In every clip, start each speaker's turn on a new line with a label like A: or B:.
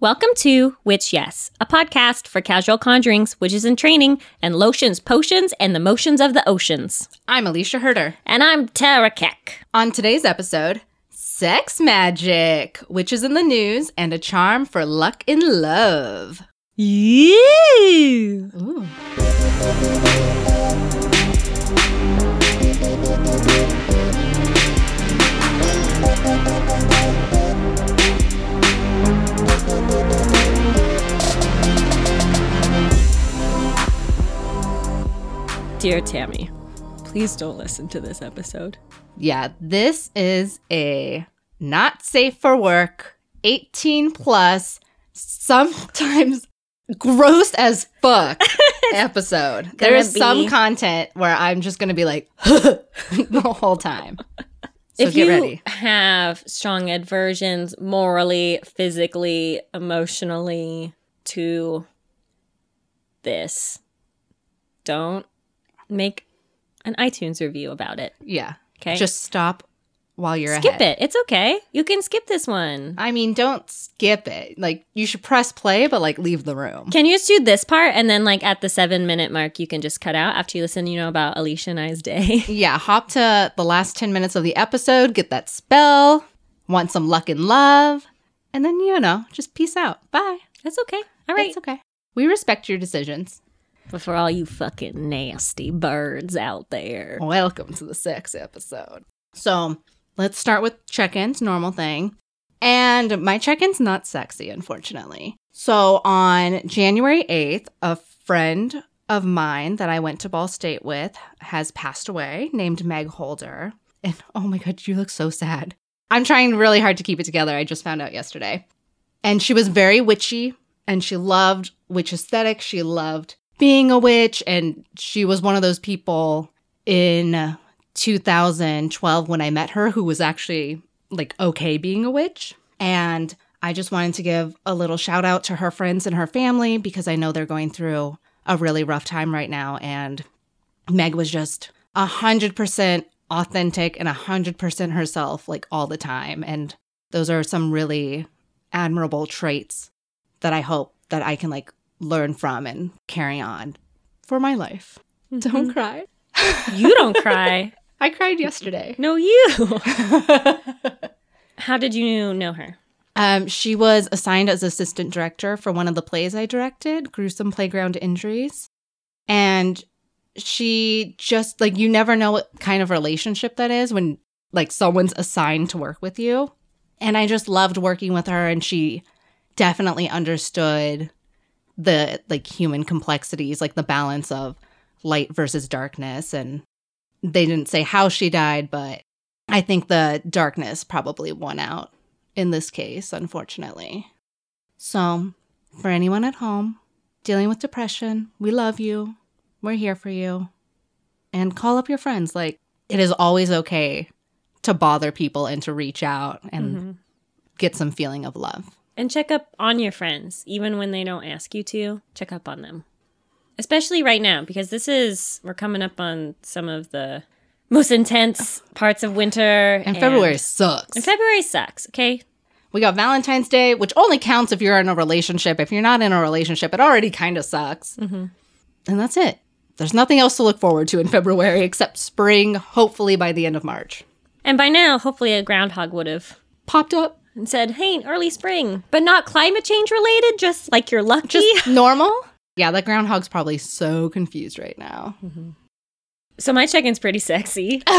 A: Welcome to Witch Yes, a podcast for casual conjurings, witches in training, and lotions, potions, and the motions of the oceans.
B: I'm Alicia Herder.
A: And I'm Tara Keck.
B: On today's episode, sex magic, which is in the news, and a charm for luck in love.
A: Yeah.
B: Ooh.
A: Dear Tammy, please don't listen to this episode.
B: Yeah, this is a not safe for work, 18 plus, sometimes gross as fuck episode. There is some
A: be-
B: content where I'm just going to be like the whole time. So
A: if
B: get
A: you
B: ready.
A: have strong aversions morally, physically, emotionally to this, don't make an iTunes review about it.
B: Yeah.
A: Okay.
B: Just stop while you're
A: skip
B: ahead.
A: it. It's okay. You can skip this one.
B: I mean, don't skip it. Like you should press play, but like leave the room.
A: Can you just do this part and then like at the seven minute mark you can just cut out after you listen, you know, about Alicia and I's day.
B: Yeah, hop to the last 10 minutes of the episode, get that spell, want some luck and love, and then, you know, just peace out. Bye.
A: That's okay. All right.
B: It's okay. We respect your decisions.
A: But for all you fucking nasty birds out there.
B: Welcome to the sex episode. So let's start with check ins, normal thing. And my check in's not sexy, unfortunately. So on January 8th, a friend of mine that I went to Ball State with has passed away, named Meg Holder. And oh my God, you look so sad. I'm trying really hard to keep it together. I just found out yesterday. And she was very witchy and she loved witch aesthetic. She loved being a witch. And she was one of those people in 2012 when I met her who was actually like okay being a witch. And I just wanted to give a little shout out to her friends and her family because I know they're going through a really rough time right now. And Meg was just 100% authentic and 100% herself, like all the time. And those are some really admirable traits that I hope that I can like learn from and carry on for my life. Don't cry.
A: Mm-hmm. you don't cry.
B: I cried yesterday.
A: No, you. How did you know her?
B: Um, she was assigned as assistant director for one of the plays I directed, Gruesome Playground Injuries. And she just, like, you never know what kind of relationship that is when, like, someone's assigned to work with you. And I just loved working with her, and she definitely understood the, like, human complexities, like the balance of light versus darkness. And they didn't say how she died, but I think the darkness probably won out in this case, unfortunately. So, for anyone at home dealing with depression, we love you. We're here for you. And call up your friends. Like, it is always okay to bother people and to reach out and get some feeling of love.
A: And check up on your friends, even when they don't ask you to. Check up on them. Especially right now, because this is, we're coming up on some of the most intense parts of winter.
B: And, February sucks.
A: And February sucks, okay?
B: we got Valentine's Day, which only counts if you're in a relationship. If you're not in a relationship, it already kind of sucks. And that's it. There's nothing else to look forward to in February except spring, hopefully by the end of March.
A: And by now, hopefully, a groundhog would have
B: Popped up
A: and said, hey, early spring, but not climate change related, just like you're lucky.
B: just normal. Yeah, that groundhog's probably so confused right now.
A: so my check in's pretty sexy.
B: Good,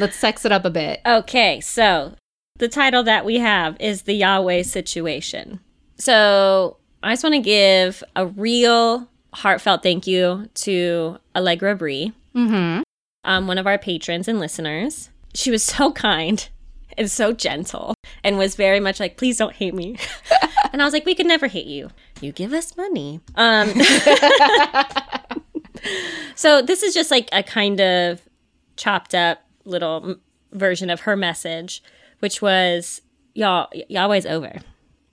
B: let's sex it up a bit.
A: Okay, so the title that we have is The Yahweh Situation. So I just want to give a real heartfelt thank you to Allegra Bree,
B: Mm-hmm.
A: um, one of our patrons and listeners. She was so kind and so gentle and was very much like, please don't hate me. and I was like, we could never hate you. You give us money. Um, so this is just like a kind of chopped up little m- version of her message, which was, y'all, Yahweh's over.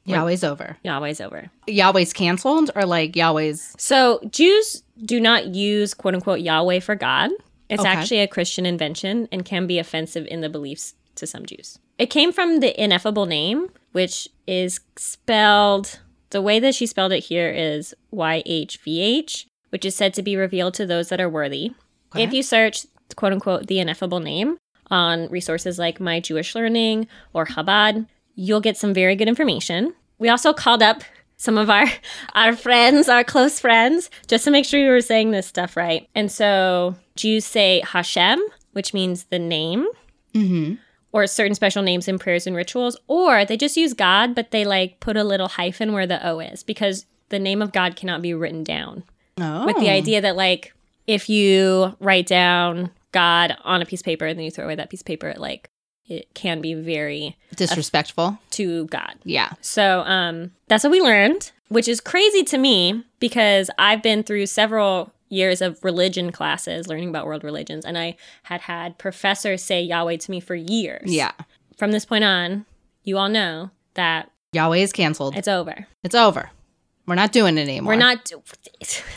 B: Yahweh's over.
A: Yahweh's over.
B: Yahweh's canceled or like Yahweh's
A: So Jews do not use quote unquote Yahweh for God. It's
B: Okay.
A: actually a Christian invention and can be offensive in the beliefs to some Jews. It came from the ineffable name, which is spelled the way that she spelled it here is YHVH, which is said to be revealed to those that are worthy.
B: Okay.
A: If you search quote unquote the ineffable name on resources like My Jewish Learning or Chabad, you'll get some very good information. We also called up some of our our friends, our close friends, just to make sure we were saying this stuff right. And so Jews say Hashem, which means the name
B: Mm-hmm.
A: or certain special names in prayers and rituals, or they just use God, but they like put a little hyphen where the O is because the name of God cannot be written down.
B: Oh.
A: With the idea that, like, if you write down God on a piece of paper and then you throw away that piece of paper, it like, it can be very
B: Disrespectful.
A: to God.
B: Yeah.
A: So um, that's what we learned, which is crazy to me because I've been through several years of religion classes learning about world religions, and I had had professors say Yahweh to me for years
B: Yeah.
A: from this point on, you all know that
B: Yahweh is canceled.
A: it's over.
B: It's over. We're not doing it anymore.
A: We're not.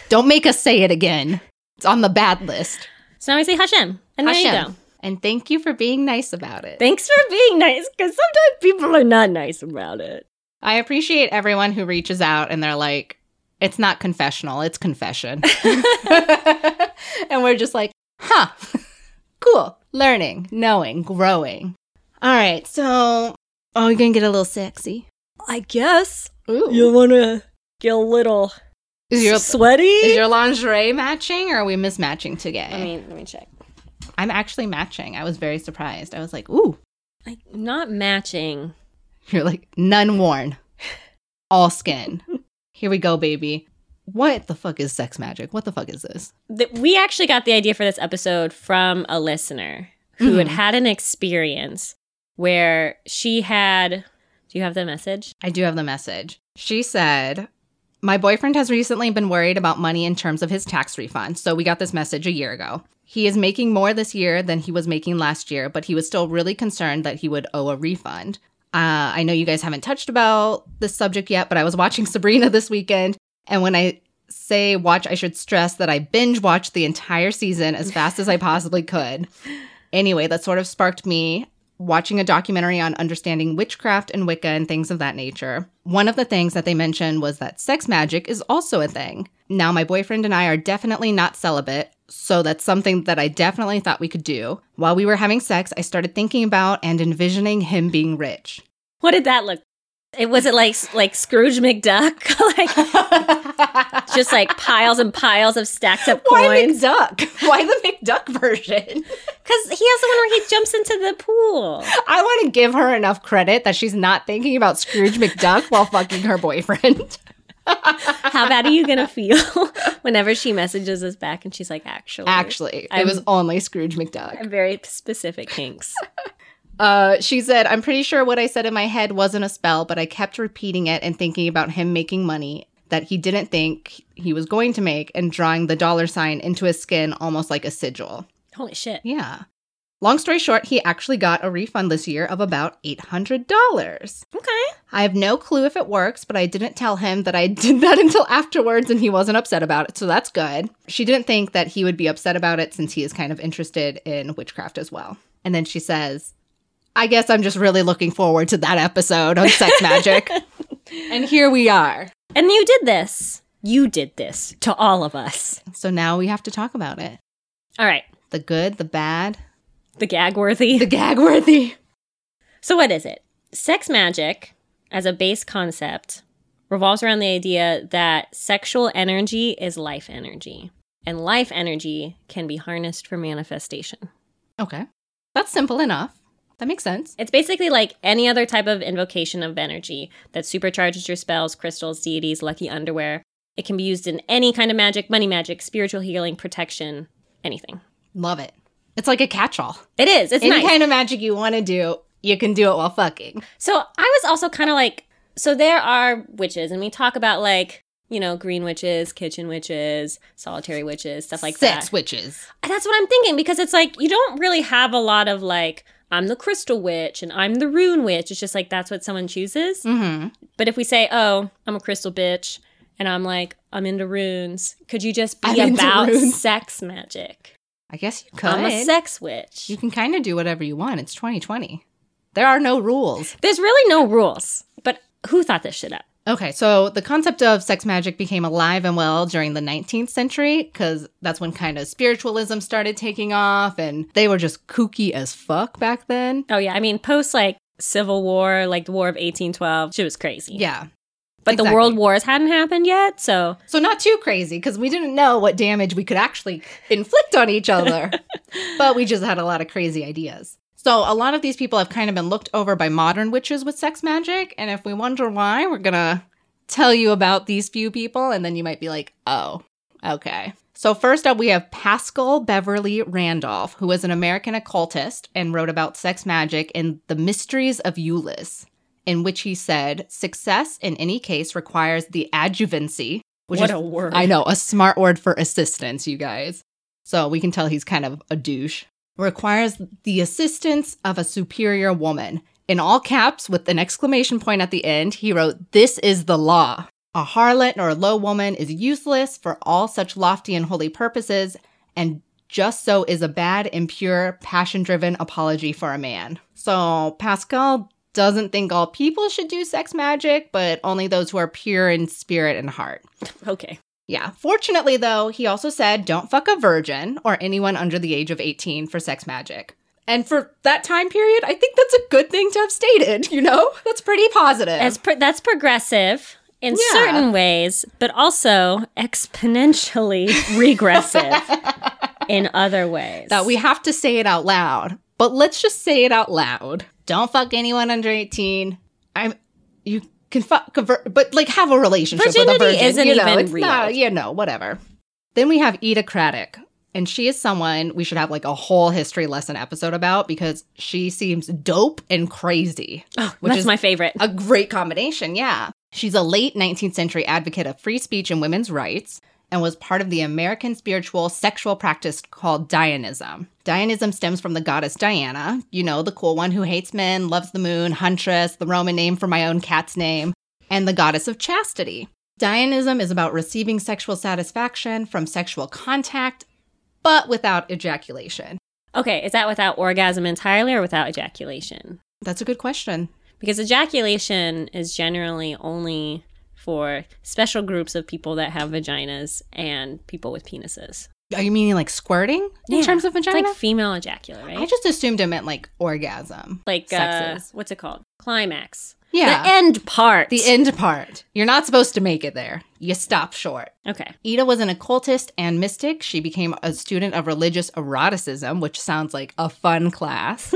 B: Don't make us say it again. It's on the bad list.
A: So now we say Hashem, and there you
B: Hashem.
A: go.
B: And thank you for being nice about it.
A: Thanks for being nice, because sometimes people are not nice about it.
B: I appreciate everyone who reaches out and they're like, it's not confessional, it's confession. and we're just like, huh, cool, learning, knowing, growing. All right, so, oh, you're gonna get a little sexy.
A: I guess
B: Ooh.
A: wanna get a little
B: is, your,
A: sweaty.
B: is your lingerie matching or are we mismatching today?
A: let me let me check.
B: I'm actually matching. I was very surprised. I was like, ooh,
A: I, not matching.
B: you're like, none worn, all skin. Here we go, baby. What the fuck is sex magic? What the fuck is this?
A: Th- we actually got the idea for this episode from a listener who had
B: Mhm.
A: had an experience where she had. Do you have the message?
B: I do have the message. She said, My boyfriend has recently been worried about money in terms of his tax refund. So we got this message a year ago. He is making more this year than he was making last year, but he was still really concerned that he would owe a refund. Uh, I know you guys haven't touched about this subject yet, but I was watching Sabrina this weekend. And when I say watch, I should stress that I binge watched the entire season as fast as I possibly could. Anyway, that sort of sparked me watching a documentary on understanding witchcraft and Wicca and things of that nature. One of the things that they mentioned was that sex magic is also a thing. Now, my boyfriend and I are definitely not celibate, so that's something that I definitely thought we could do. While we were having sex, I started thinking about and envisioning him being rich.
A: What did that look? It was it like like Scrooge McDuck, like just like piles and piles of stacks of coins.
B: McDuck? Why the McDuck version?
A: Because he has the one where he jumps into the pool.
B: I want to give her enough credit that she's not thinking about Scrooge McDuck while fucking her boyfriend.
A: How bad are you gonna feel whenever she messages us back and she's like, actually,
B: Actually, it was only Scrooge McDuck.
A: I'm very specific kinks.
B: Uh, she said, I'm pretty sure what I said in my head wasn't a spell, but I kept repeating it and thinking about him making money that he didn't think he was going to make and drawing the dollar sign into his skin almost like a sigil.
A: Holy shit!
B: Yeah. Long story short, he actually got a refund this year of about $800.
A: Okay,
B: I have no clue if it works, but I didn't tell him that I did that until afterwards and he wasn't upset about it, so that's good. She didn't think that he would be upset about it since he is kind of interested in witchcraft as well. And then she says, I guess I'm just really looking forward to that episode on sex magic. and here we are.
A: and you did this. You did this to all of us.
B: So now we have to talk about it
A: All right,
B: the good, the bad,
A: the gag worthy.
B: the gag worthy.
A: So, what is it? Sex magic, as a base concept, revolves around the idea that sexual energy is life energy, and life energy can be harnessed for manifestation.
B: Okay. That's simple enough. That makes sense.
A: It's basically like any other type of invocation of energy that supercharges your spells, crystals, deities, lucky underwear. It can be used in any kind of magic money magic, spiritual healing, protection, anything.
B: Love it. It's like a catch all.
A: It is. It's
B: Any
A: nice.
B: kind of magic you want to do, you can do it while fucking.
A: So I was also kind of like, so there are witches, and we talk about like, you know, green witches, kitchen witches, solitary witches, stuff like
B: sex
A: that.
B: witches.
A: That's what I'm thinking because it's like you don't really have a lot of like, I'm the crystal witch and I'm the rune witch. It's just like that's what someone chooses.
B: Mm-hmm.
A: But if we say, oh, I'm a crystal bitch and I'm like, I'm into runes, could you just be
B: I'm into
A: about
B: runes.
A: sex magic?
B: I guess you
A: I'm a
B: could.
A: sex witch.
B: you can kind of do whatever you want. It's 2020. There are no rules.
A: There's really no rules. Who thought this shit up?
B: Okay, so the concept of sex magic became alive and well during the 19th century because that's when kind of spiritualism started taking off and they were just kooky as fuck back then.
A: Oh yeah, I mean post like Civil War, like the War of 1812, she was crazy.
B: Yeah.
A: but the
B: exactly.
A: World Wars hadn't happened yet, so
B: So, not too crazy because we didn't know what damage we could actually inflict on each other, but we just had a lot of crazy ideas. So, a lot of these people have kind of been looked over by modern witches with sex magic. And if we wonder why, we're going to tell you about these few people. And then you might be like, oh, okay. So, first up, we have Pascal Beverly Randolph, who was an American occultist and wrote about sex magic in The Mysteries of Euless. In which he said, success in any case requires the adjuvancy, which is
A: a word.
B: I know, a smart word for assistance, you guys. So we can tell he's kind of a douche. Requires the assistance of a superior woman. In all caps with an exclamation point at the end, he wrote, This is the law. A harlot or a low woman is useless for all such lofty and holy purposes, and just so is a bad, impure, passion driven apology for a man. So Pascal doesn't think all people should do sex magic, but only those who are pure in spirit and heart.
A: Okay.
B: Yeah. Fortunately, though, he also said don't fuck a virgin or anyone under the age of 18 for sex magic. And for that time period, I think that's a good thing to have stated, you know? That's pretty positive.
A: That's pro- that's progressive in
B: Yeah.
A: certain ways, but also exponentially regressive in other ways.
B: that we have to say it out loud. But let's just say it out loud. Don't fuck anyone under 18. I'm you can fuck a vir- but like have a relationship with a
A: Virginity
B: virgin.
A: isn't
B: you know,
A: even
B: it's
A: real.
B: Not, you know, whatever. Then we have Eda Craddock. And she is someone we should have like a whole history lesson episode about because she seems dope and crazy.
A: oh,
B: which
A: that's
B: is
A: my favorite.
B: A great combination, yeah. She's a late 19th century advocate of free speech and women's rights and was part of the American spiritual sexual practice called Dionism. Dionism stems from the goddess Diana, you know, the cool one who hates men, loves the moon, huntress, the Roman name for my own cat's name, and the goddess of chastity. Dionism is about receiving sexual satisfaction from sexual contact, but without ejaculation.
A: Okay, is that without orgasm entirely or without ejaculation?
B: That's a good question.
A: Because ejaculation is generally only for special groups of people that have vaginas and people with penises.
B: Are you meaning like squirting in
A: Yeah.
B: terms of vagina?
A: It's like female ejaculate, right?
B: I just assumed it meant like orgasm.
A: like uh,
B: sexes.
A: what's it called? Climax.
B: Yeah.
A: The end part.
B: The end part. You're not supposed to make it there. You stop short.
A: Okay.
B: Ida was an occultist and mystic. She became a student of religious eroticism, which sounds like a fun class.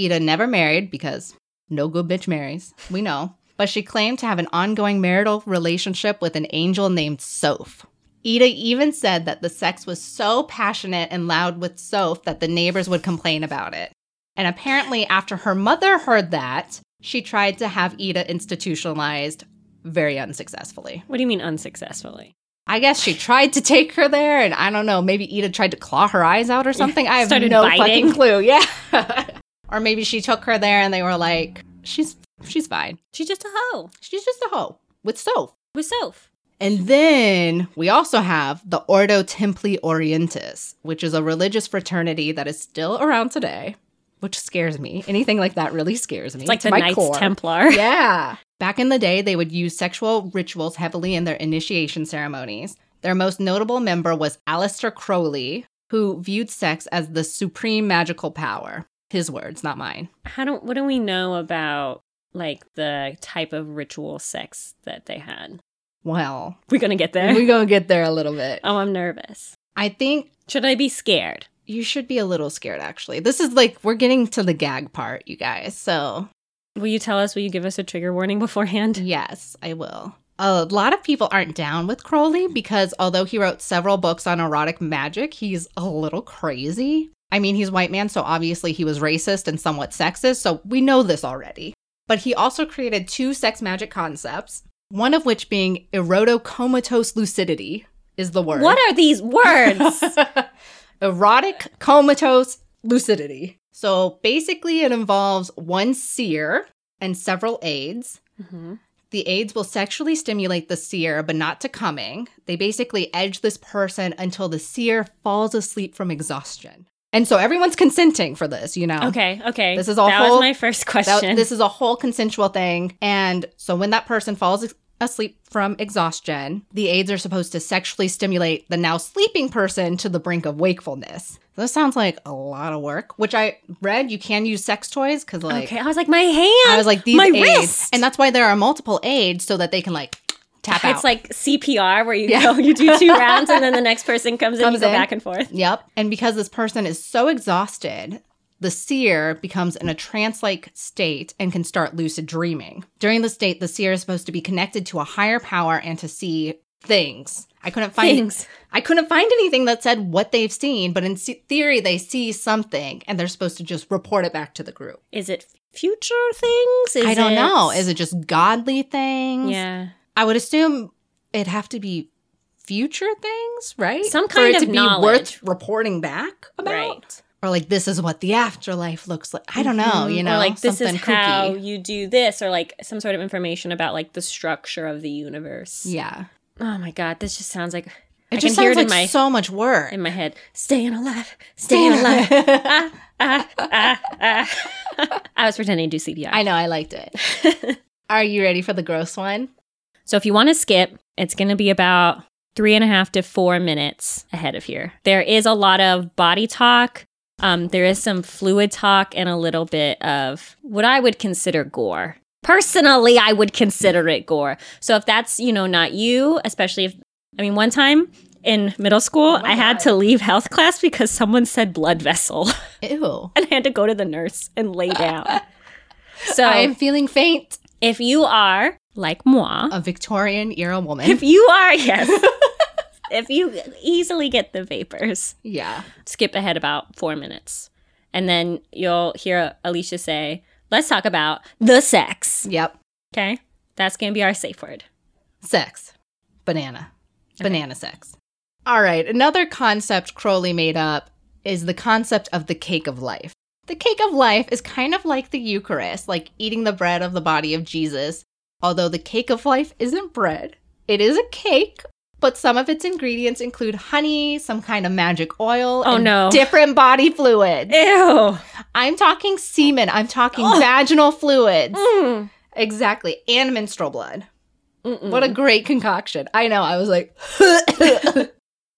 B: Ida never married because no good bitch marries. We know. But she claimed to have an ongoing marital relationship with an angel named Soph. Ida even said that the sex was so passionate and loud with Soph that the neighbors would complain about it. And apparently, after her mother heard that, she tried to have Ida institutionalized very unsuccessfully.
A: What do you mean unsuccessfully?
B: I guess she tried to take her there, and I don't know, maybe Ida tried to claw her eyes out or something. I have
A: started
B: no
A: biting.
B: fucking clue. Yeah. or maybe she took her there and they were like, she's she's fine.
A: She's just a hoe
B: She's just a hoe with soap.
A: with Soph.
B: And then we also have the Ordo Templi Orientis, which is a religious fraternity that is still around today, which scares me. Anything like that really scares me.
A: It's like
B: to
A: the
B: my
A: Knights
B: core.
A: Templar.
B: Yeah. Back in the day, they would use sexual rituals heavily in their initiation ceremonies. Their most notable member was Aleister Crowley, who viewed sex as the supreme magical power. His words, not mine.
A: How do what do we know about like the type of ritual sex that they had?
B: Well,
A: We're gonna get there.
B: we're going to get there a little bit.
A: oh, I'm nervous.
B: I think
A: Should I be scared?
B: you should be a little scared, actually. This is like, we're getting to the gag part, you guys. So
A: Will you tell us? Will you give us a trigger warning beforehand?
B: Yes, I will. A lot of people aren't down with Crowley because although he wrote several books on erotic magic, he's a little crazy. I mean, he's a white man, so obviously he was racist and somewhat sexist, so we know this already. But he also created two sex magic concepts, one of which being erotocomatose lucidity is the word.
A: What are these words?
B: Erotic comatose lucidity. So basically, it involves one seer and several aides
A: Mhm.
B: the aides will sexually stimulate the seer, but not to coming. They basically edge this person until the seer falls asleep from exhaustion. And so everyone's consenting for this, you know?
A: Okay, okay.
B: This is all
A: That
B: whole-
A: was my first
B: That-
A: question.
B: this is a whole consensual thing. And so when that person falls ex- asleep from exhaustion, the aides are supposed to sexually stimulate the now sleeping person to the brink of wakefulness. This sounds like a lot of work, which I read you can use sex toys because, like,
A: okay, I was like, my hand.
B: I was like, these
A: my
B: aids.
A: wrist.
B: And that's why there are multiple aids so that they can, like, tap out.
A: it's like CPR where you
B: Yeah.
A: go, you do two rounds, and then the next person comes, in,
B: Comes
A: you go
B: in.
A: back and forth.
B: Yep. And because this person is so exhausted, the seer becomes in a trance like state and can start lucid dreaming. During the state, the seer is supposed to be connected to a higher power and to see things. I couldn't find
A: Things.
B: I couldn't find anything that said what they've seen, but in se- theory they see something and they're supposed to just report it back to the group.
A: Is it future things? Is
B: I don't
A: it-
B: know. Is it just godly things?
A: yeah,
B: I would assume it'd have to be future things, right?
A: Some
B: For
A: kind
B: it
A: of
B: to
A: knowledge.
B: be worth reporting back about
A: right.
B: or like this is what the afterlife looks like. I don't know,
A: Mhm.
B: you
A: Or,
B: know,
A: like this is
B: something
A: how
B: kooky.
A: you do this, or like some sort of information about like the structure of the universe.
B: Yeah,
A: Oh my god, this just sounds like
B: it
A: I
B: just
A: can hear
B: sounds
A: it
B: like
A: in my
B: so much work.
A: in my head. Staying alive, staying alive. ah, ah, ah, ah. I was pretending to do CPR.
B: I know, I liked it. Are you ready for the gross one?
A: So if you want to skip, it's going to be about three and a half to four minutes ahead of here. There is a lot of body talk. Um, there is some fluid talk and a little bit of what I would consider gore. Personally, I would consider it gore. So if that's, you know, not you, especially if, I mean, one time in middle school,
B: Oh my
A: I had
B: God.
A: to leave health class because someone said blood vessel
B: Ew.
A: and I had to go to the nurse and lay down. so
B: I'm feeling faint.
A: if you are like moi,
B: A Victorian era woman.
A: if you are, yes. if you easily get the vapors,
B: yeah.
A: skip ahead about four minutes. And then you'll hear Alicia say, let's talk about the sex.
B: Yep.
A: Okay. That's going to be our safe word.
B: Sex. Banana. Banana sex. All right. Another concept Crowley made up is the concept of the cake of life. The cake of life is kind of like the Eucharist, like eating the bread of the body of Jesus, although the cake of life isn't bread. It is a cake, but some of its ingredients include honey, some kind of magic oil,
A: Oh,
B: and
A: no.
B: different body fluids.
A: Ew.
B: I'm talking semen, I'm talking
A: Oh.
B: vaginal fluids.
A: Mm.
B: Exactly, and menstrual blood.
A: Mm-mm.
B: What a great concoction. I know. I was like,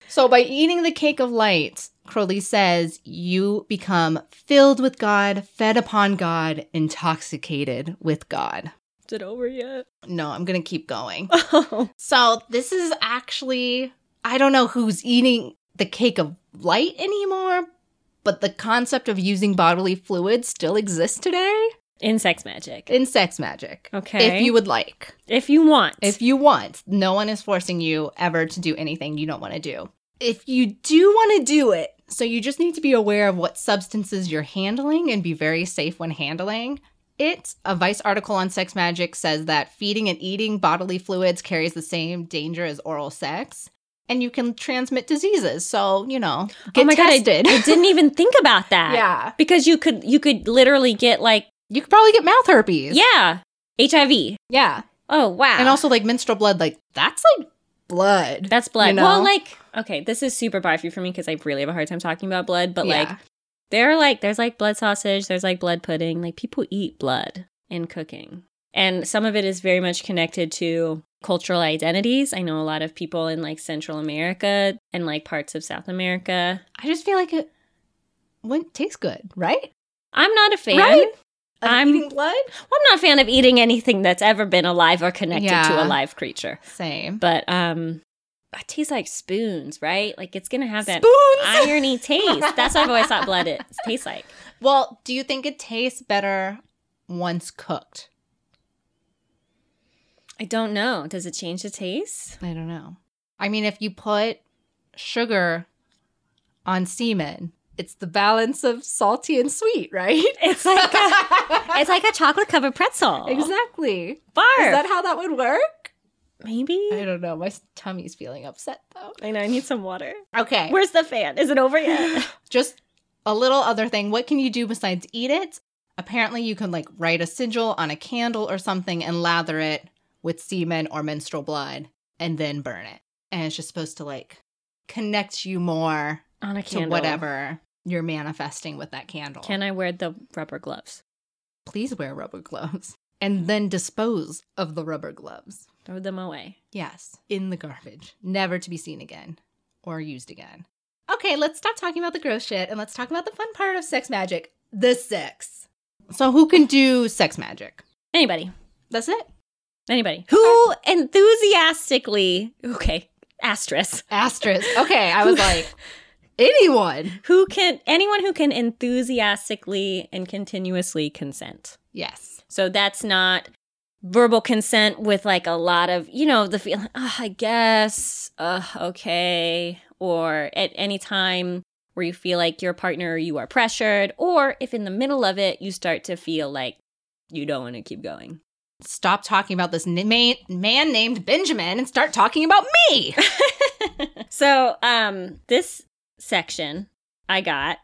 B: so by eating the cake of light, Crowley says, you become filled with God, fed upon God, intoxicated with God.
A: Is it over yet?
B: No, I'm going to keep going.
A: Oh.
B: So this is actually, I don't know who's eating the cake of light anymore, but the concept of using bodily fluids still exists today
A: In sex magic.
B: in sex magic.
A: Okay.
B: If you would like.
A: If you want.
B: If you want, no one is forcing you ever to do anything you don't want to do. If you do want to do it, so you just need to be aware of what substances you're handling and be very safe when handling. It, a Vice article on sex magic says that feeding and eating bodily fluids carries the same danger as oral sex, and you can transmit diseases. So, you know, get
A: oh my
B: tested.
A: God, I, I didn't even think about that.
B: yeah.
A: Because you could you could literally get like
B: You could probably get mouth herpes.
A: yeah, HIV.
B: Yeah.
A: Oh wow.
B: And also, like, menstrual blood, like, that's like blood.
A: That's blood.
B: you know?
A: Well, like okay, this is super barfy for me because I really have a hard time talking about blood. But like,
B: Yeah.
A: there are like there's like blood sausage, there's like blood pudding. Like people eat blood in cooking, and some of it is very much connected to cultural identities. I know a lot of people in like Central America and like parts of South America.
B: I just feel like it wouldn't taste good, right?
A: I'm not a fan.
B: Right?
A: Of I'm- eating
B: blood.
A: Well, I'm not a fan of eating anything that's ever been alive or connected to
B: Yeah.
A: a live creature.
B: Same.
A: But um, it tastes like spoons, right? Like it's gonna have that
B: Spoons.
A: irony taste. That's what I've always thought blood is, tastes like.
B: well, do you think it tastes better once cooked?
A: I don't know. Does it change the taste?
B: I don't know. I mean, if you put sugar on semen, it's the balance of salty and sweet, right?
A: It's like a, it's like a chocolate covered pretzel.
B: exactly.
A: Barf.
B: Is that how that would work?
A: Maybe.
B: I don't know. My tummy's feeling upset though.
A: I know. I need some water.
B: Okay.
A: Where's the fan? Is it over yet?
B: just a little other thing what can you do besides eat it apparently you can like write a sigil on a candle or something and lather it with semen or menstrual blood and then burn it and it's just supposed to like connect you more
A: On a
B: to whatever you're manifesting with that candle.
A: Can I wear the rubber gloves?
B: Please wear rubber gloves and then dispose of the rubber gloves.
A: Throw them away.
B: Yes, in the garbage, never to be seen again or used again. Okay, let's stop talking about the gross shit and let's talk about the fun part of sex magic the sex. So, who can do sex magic?
A: Anybody.
B: That's it.
A: Anybody. Who enthusiastically, okay, asterisk.
B: Asterisk. Okay, I was like, anyone.
A: Who can, anyone who can enthusiastically and continuously consent.
B: Yes.
A: So that's not verbal consent with like a lot of, you know, the feeling, oh, I guess, uh, okay, or at any time where you feel like your partner you are pressured, or if in the middle of it you start to feel like you don't want to keep going.
B: Stop talking about this na- man, man named Benjamin and start talking about me.
A: So, um, this section I got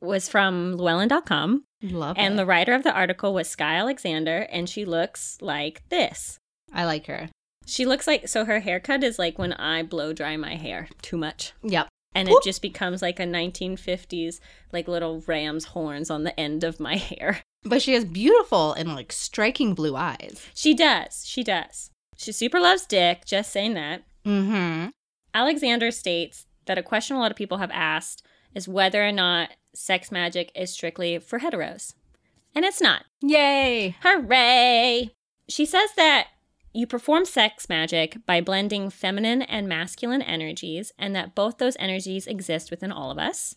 A: was from Llewellyn.com.
B: Love
A: And
B: it.
A: the writer of the article was Sky Alexander, and she looks like this.
B: I like her.
A: She looks like so her haircut is like when I blow dry my hair too much.
B: Yep.
A: And it just becomes like a 1950s, like little ram's horns on the end of my hair.
B: But she has beautiful and like striking blue eyes.
A: She does. She does. She super loves dick, just saying that.
B: Mm-hmm.
A: Alexander states that a question a lot of people have asked is whether or not sex magic is strictly for heteros. And it's not.
B: Yay.
A: Hooray! She says that you perform sex magic by blending feminine and masculine energies, and that both those energies exist within all of us.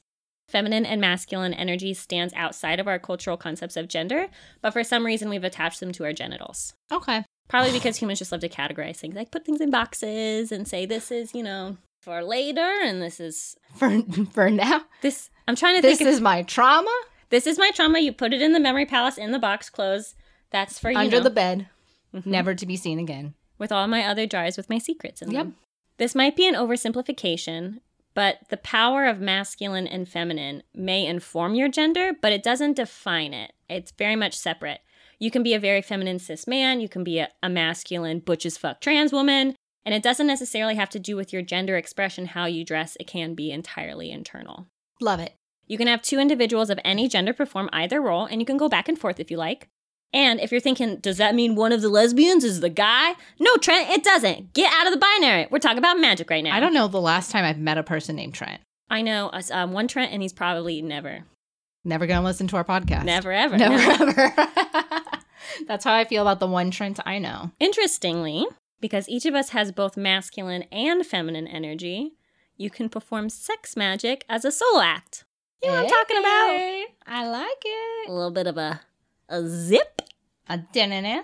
A: Feminine and masculine energy stands outside of our cultural concepts of gender, but for some reason we've attached them to our genitals.
B: Okay.
A: Probably because humans just love to categorize things, like put things in boxes and say this is, you know, for later, and this is
B: For for now,
A: this. I'm trying to
B: this
A: think. Of,
B: is my trauma
A: this is my trauma. You put it in the memory palace in the box. Close. That's for you
B: under
A: know.
B: the bed,
A: Mhm.
B: never to be seen again. Mm-hmm.
A: with all my other jars with my secrets in
B: Yep.
A: them. This might be an oversimplification, but the power of masculine and feminine may inform your gender, but it doesn't define it. It's very much separate. You can be a very feminine cis man, you can be a, a masculine butch as fuck trans woman, and it doesn't necessarily have to do with your gender expression, how you dress. It can be entirely internal.
B: Love it.
A: You can have two individuals of any gender perform either role, and you can go back and forth if you like. And if you're thinking, does that mean one of the lesbians is the guy? No, Trent, it doesn't. Get out of the binary. We're talking about magic right now.
B: I don't know the last time I've met a person named Trent.
A: I know us um, one Trent, and he's probably never,
B: Never gonna listen to our podcast.
A: never, ever.
B: Never
A: no.
B: ever. That's how I feel about the one Trent I know.
A: Interestingly, because each of us has both masculine and feminine energy, you can perform sex magic as a solo act. You know what I'm talking about?
B: Hey, I like
A: A
B: it.
A: little bit of a a zip.
B: A da-na-na,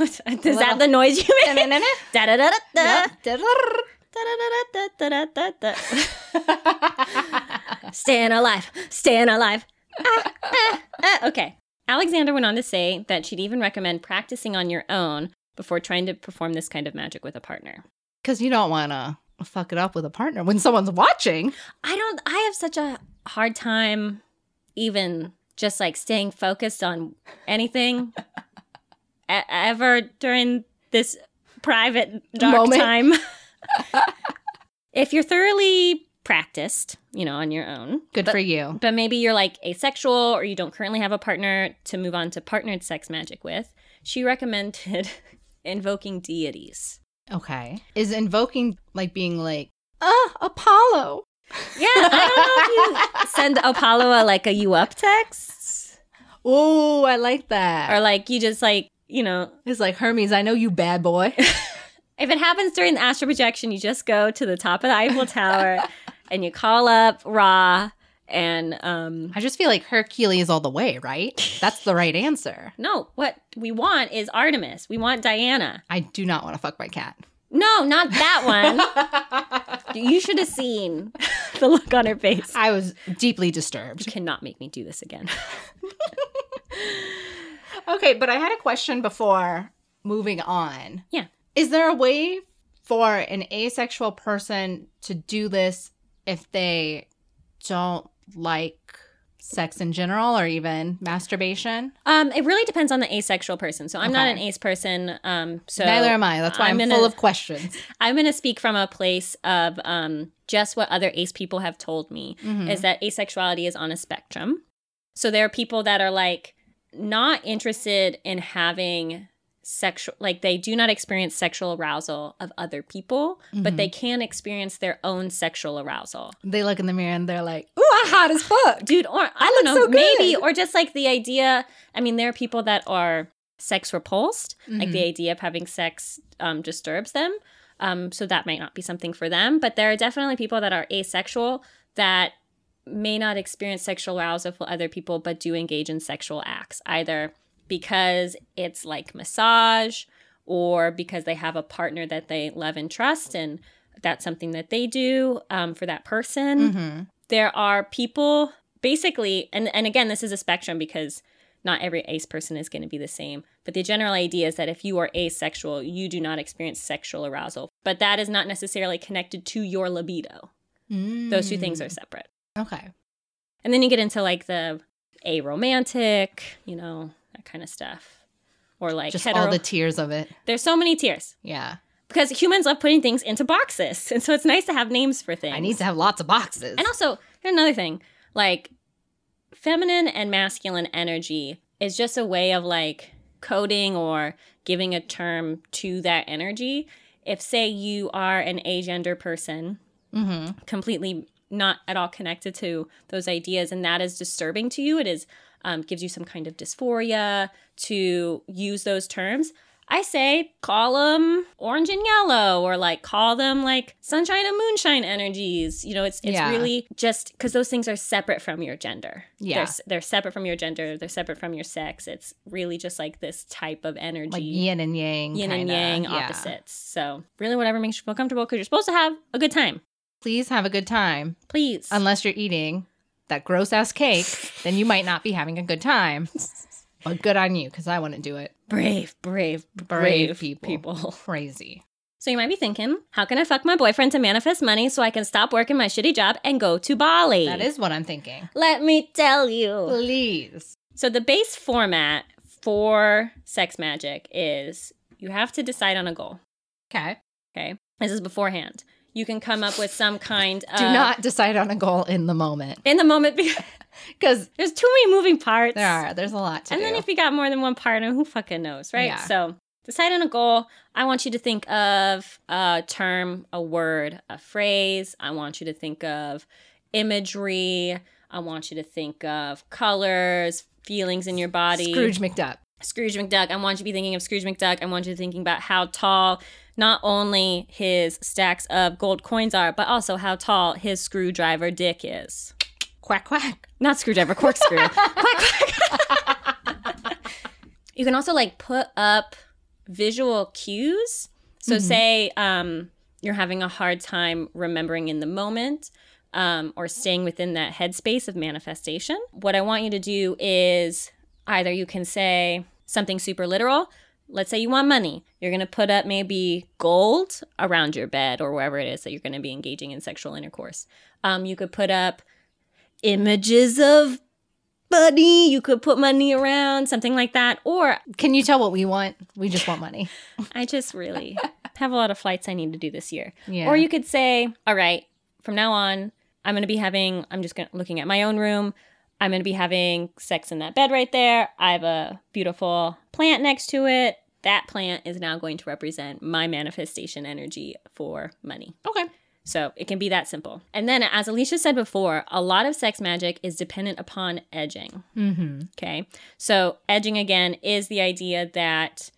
A: Is that the noise you make?
B: da-na-na-na,
A: Da da da da da.
B: da-da-da-da-da.
A: Staying alive, staying alive. Ah, ah, ah. Okay. Alexander went on to say that she'd even recommend practicing on your own before trying to perform this kind of magic with a partner.
B: Because you don't want to fuck it up with a partner when someone's watching.
A: I don't, I have such a hard time even just like staying focused on anything e- ever during this private dark
B: Moment.
A: time. if you're thoroughly practiced, you know, on your own,
B: Good
A: but-
B: for you.
A: But maybe you're like asexual or you don't currently have a partner to move on to partnered sex magic with. She recommended invoking deities.
B: Okay. Is invoking like being like, uh, Apollo.
A: Yeah, I don't know if you send Apollo a, like a you up text
B: Oh, I like that.
A: or like you just like, you know,
B: it's like Hermes, I know you bad boy.
A: if it happens during the astral projection, you just go to the top of the Eiffel Tower and you call up Ra and um
B: I just feel like Hercules all the way, right? That's the right answer.
A: no, what we want is Artemis. We want Diana.
B: I do not want to fuck my cat.
A: No, not that one.
B: I
A: You should have seen the look on her face.
B: was deeply
A: You
B: disturbed.
A: cannot make me do this again.
B: Okay, but I had a question before moving on.
A: Yeah.
B: Is there a way for an asexual person to do this if they don't like sex in general or even masturbation?
A: Um, it really depends on the asexual person. So I'm not
B: Okay.
A: an ace person. Um, so
B: Neither am I. That's why I'm,
A: I'm gonna-
B: full of questions.
A: I'm going to speak from a place of um, just what other ace people have told me
B: Mhm.
A: is that asexuality is on a spectrum. So there are people that are like not interested in having sexual, like they do not experience sexual arousal of other people, but they can experience their own sexual arousal.
B: They look in the mirror and they're like, "Ooh, I'm hot as fuck."
A: Dude, or I don't know,
B: look so good.
A: maybe, or just like the idea. I mean, there are people that are sex repulsed, like
B: Mm-hmm.
A: the idea of having sex um, disturbs them. Um, so that might not be something for them, but there are definitely people that are asexual that may not experience sexual arousal for other people, but do engage in sexual acts either because it's like massage or because they have a partner that they love and trust, and that's something that they do um, for that person
B: Mhm.
A: there are people basically and and again this is a spectrum because not every ace person is going to be the same but the general idea is that if you are asexual you do not experience sexual arousal but that is not necessarily connected to your libido those two things are
B: Mm.
A: separate
B: okay.
A: and then you get into like the aromantic you know that kind of stuff or like
B: Just
A: hetero
B: all the tears of it.
A: there's so many tiers
B: Yeah.
A: because humans love putting things into boxes and so it's nice to have names for things
B: I need to have lots of boxes.
A: and also, here's another thing like, feminine and masculine energy is just a way of like coding or giving a term to that energy. If, say, you are an agender person,
B: Mhm.
A: completely not at all connected to those ideas, and that is disturbing to you, it is um, gives you some kind of dysphoria to use those terms. I say call them orange and yellow, or like call them like sunshine and moonshine energies. You know, it's it's
B: Yeah.
A: really just because those things are separate from your gender.
B: Yeah.
A: they're, s- they're separate from your gender. They're separate from your sex. It's really just like this type of energy,
B: like yin and yang.
A: yin and
B: kinda.
A: yang
B: Yeah.
A: opposites. So really, whatever makes you feel comfortable, because you're supposed to have a good time.
B: Please have a good time.
A: Please,
B: Unless you're eating that gross ass cake, then you might not be having a good time. But good on you, because I wouldn't do it.
A: brave, brave, brave,
B: Brave people.
A: people.
B: Crazy.
A: So you might be thinking, how can I fuck my boyfriend to manifest money so I can stop working my shitty job and go to Bali?
B: That is what I'm thinking.
A: Let me tell you.
B: Please.
A: So the base format for sex magic is you have to decide on a goal.
B: Okay.
A: Okay. This is beforehand. You can come up with some kind of
B: Do not decide on a goal in the moment,
A: in the moment because
B: because
A: there's too many moving parts.
B: there are there's a lot to
A: and
B: do.
A: then if you got more than one partner, who fucking knows, right?
B: Yeah.
A: So decide on a goal. I want you to think of a term, a word, a phrase. I want you to think of imagery. I want you to think of colors, feelings in your body.
B: Scrooge McDuck.
A: Scrooge McDuck. I want you to be thinking of Scrooge McDuck. I want you to thinking about how tall not only his stacks of gold coins are, but also how tall his screwdriver dick is.
B: Quack quack.
A: Not screwdriver, corkscrew. quack, quack. you can also like put up visual cues. So say um, you're having a hard time remembering in the moment um, or staying within that headspace of manifestation. What I want you to do is either you can say something super literal. Let's say you want money. You're going to put up maybe gold around your bed or wherever it is that you're going to be engaging in sexual intercourse. Um, you could put up images of money. You could put money around, something like that. Or
B: Can you tell what we want? We just want money.
A: I just really have a lot of flights I need to do this year.
B: Yeah.
A: Or you could say, all right, from now on, I'm going to be having, I'm just gonna, looking at my own room. I'm going to be having sex in that bed right there. I have a beautiful plant next to it. That plant is now going to represent my manifestation energy for money.
B: Okay.
A: So it can be that simple. And then, as Alicia said before, a lot of sex magic is dependent upon edging.
B: Mm-hmm.
A: Okay. So, edging again is the idea that